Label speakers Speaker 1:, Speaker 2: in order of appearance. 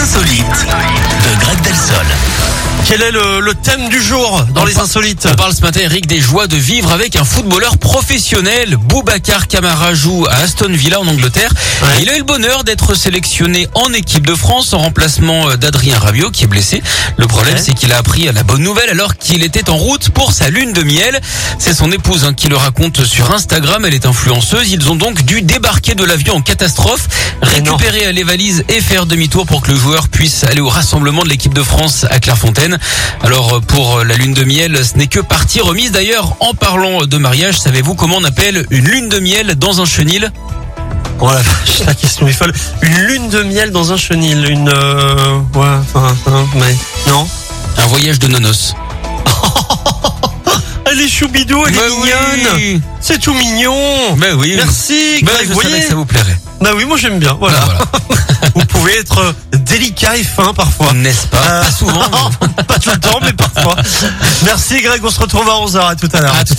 Speaker 1: insolite de Greg Delsol.
Speaker 2: Quel est le, le thème du jour dans
Speaker 3: On
Speaker 2: les
Speaker 3: par-
Speaker 2: insolites
Speaker 3: On parle ce matin, Eric, des joies de vivre avec un footballeur professionnel. Boubacar Kamara joue à Aston Villa en Angleterre.
Speaker 2: Ouais.
Speaker 3: Et Il a eu le bonheur d'être sélectionné en équipe de France en remplacement euh, d'Adrien Rabiot qui est blessé. Le problème,
Speaker 2: Ouais.
Speaker 3: c'est qu'il a appris la bonne nouvelle alors qu'il était en route pour sa lune de miel. C'est son épouse hein, qui le raconte sur Instagram. Elle est influenceuse. Ils ont donc dû débarquer de l'avion en catastrophe,
Speaker 2: non.
Speaker 3: récupérer les valises et faire demi-tour pour que le joueur puisse aller au rassemblement de l'équipe de France à Clairefontaine. Alors euh, pour euh, la lune de miel, ce n'est que partie remise. D'ailleurs, en parlant de mariage, savez-vous comment on appelle une lune de miel dans un chenil
Speaker 2: Oh la vache, la question est folle. Une lune de miel dans un chenil, une... euh, ouais, enfin, hein, mais... Non
Speaker 3: Un voyage de nonos.
Speaker 2: Elle est choubidou, elle est mignonne C'est tout mignon
Speaker 3: Ben Bah oui.
Speaker 2: Merci
Speaker 3: Ben,
Speaker 2: Greg,
Speaker 3: je
Speaker 2: vous
Speaker 3: savais
Speaker 2: voyez
Speaker 3: que ça vous plairait.
Speaker 2: Bah oui, moi j'aime bien, voilà.
Speaker 3: Ah, voilà.
Speaker 2: vous pouvez être euh, délicat et fin parfois.
Speaker 3: N'est-ce pas Ah.
Speaker 2: Euh,
Speaker 3: Pas souvent. mais-
Speaker 2: pas tout le temps, mais parfois. Merci Greg, on se retrouve à 11h, à tout à l'heure.
Speaker 3: À tout à l'heure.